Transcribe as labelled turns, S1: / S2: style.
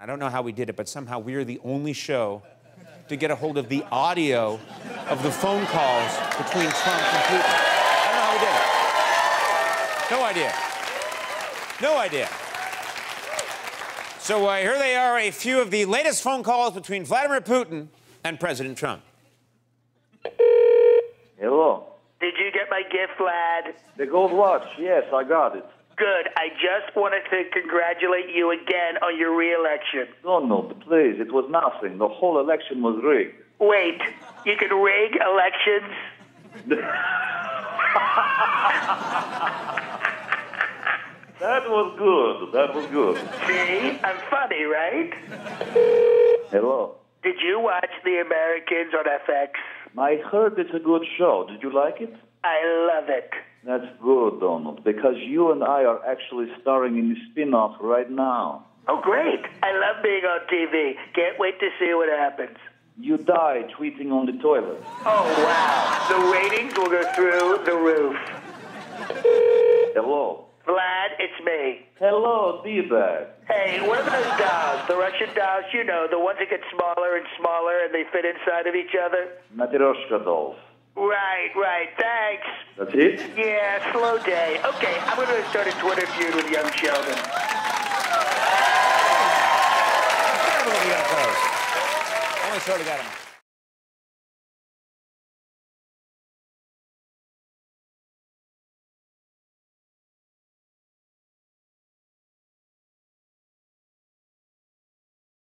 S1: I don't know how we did it, but somehow we are the only show to get a hold of the audio of the phone calls between Trump and Putin. I don't know how we did it. No idea. No idea. So uh, here they are, a few of the latest phone calls between Vladimir Putin and President Trump.
S2: Hello.
S3: Did you get my gift, lad?
S2: The gold watch. Yes, I got it.
S3: Good. I just wanted to congratulate you again on your reelection.
S2: No, no, please. It was nothing. The whole election was rigged.
S3: Wait, you can rig elections?
S2: That was good. That was good.
S3: See? I'm funny, right?
S2: Hello.
S3: Did you watch The Americans on FX?
S2: I heard it's a good show. Did you like it?
S3: I love it.
S2: That's good, Donald, because you and I are actually starring in the spin-off right now.
S3: Oh, great. I love being on TV. Can't wait to see what happens.
S2: You die tweeting on the toilet.
S3: Oh, wow. The ratings will go through the roof.
S2: Hello.
S3: Vlad, it's me.
S2: Hello, D-bag.
S3: Hey, what are those dolls? The Russian dolls, you know, the ones that get smaller and smaller and they fit inside of each other?
S2: Matryoshka dolls.
S3: Right, right. Thanks.
S2: That's it?
S3: Yeah, slow day. Okay, I'm going to start a Twitter feud with young Sheldon.
S1: Terrible to be up close. Only sort of got him.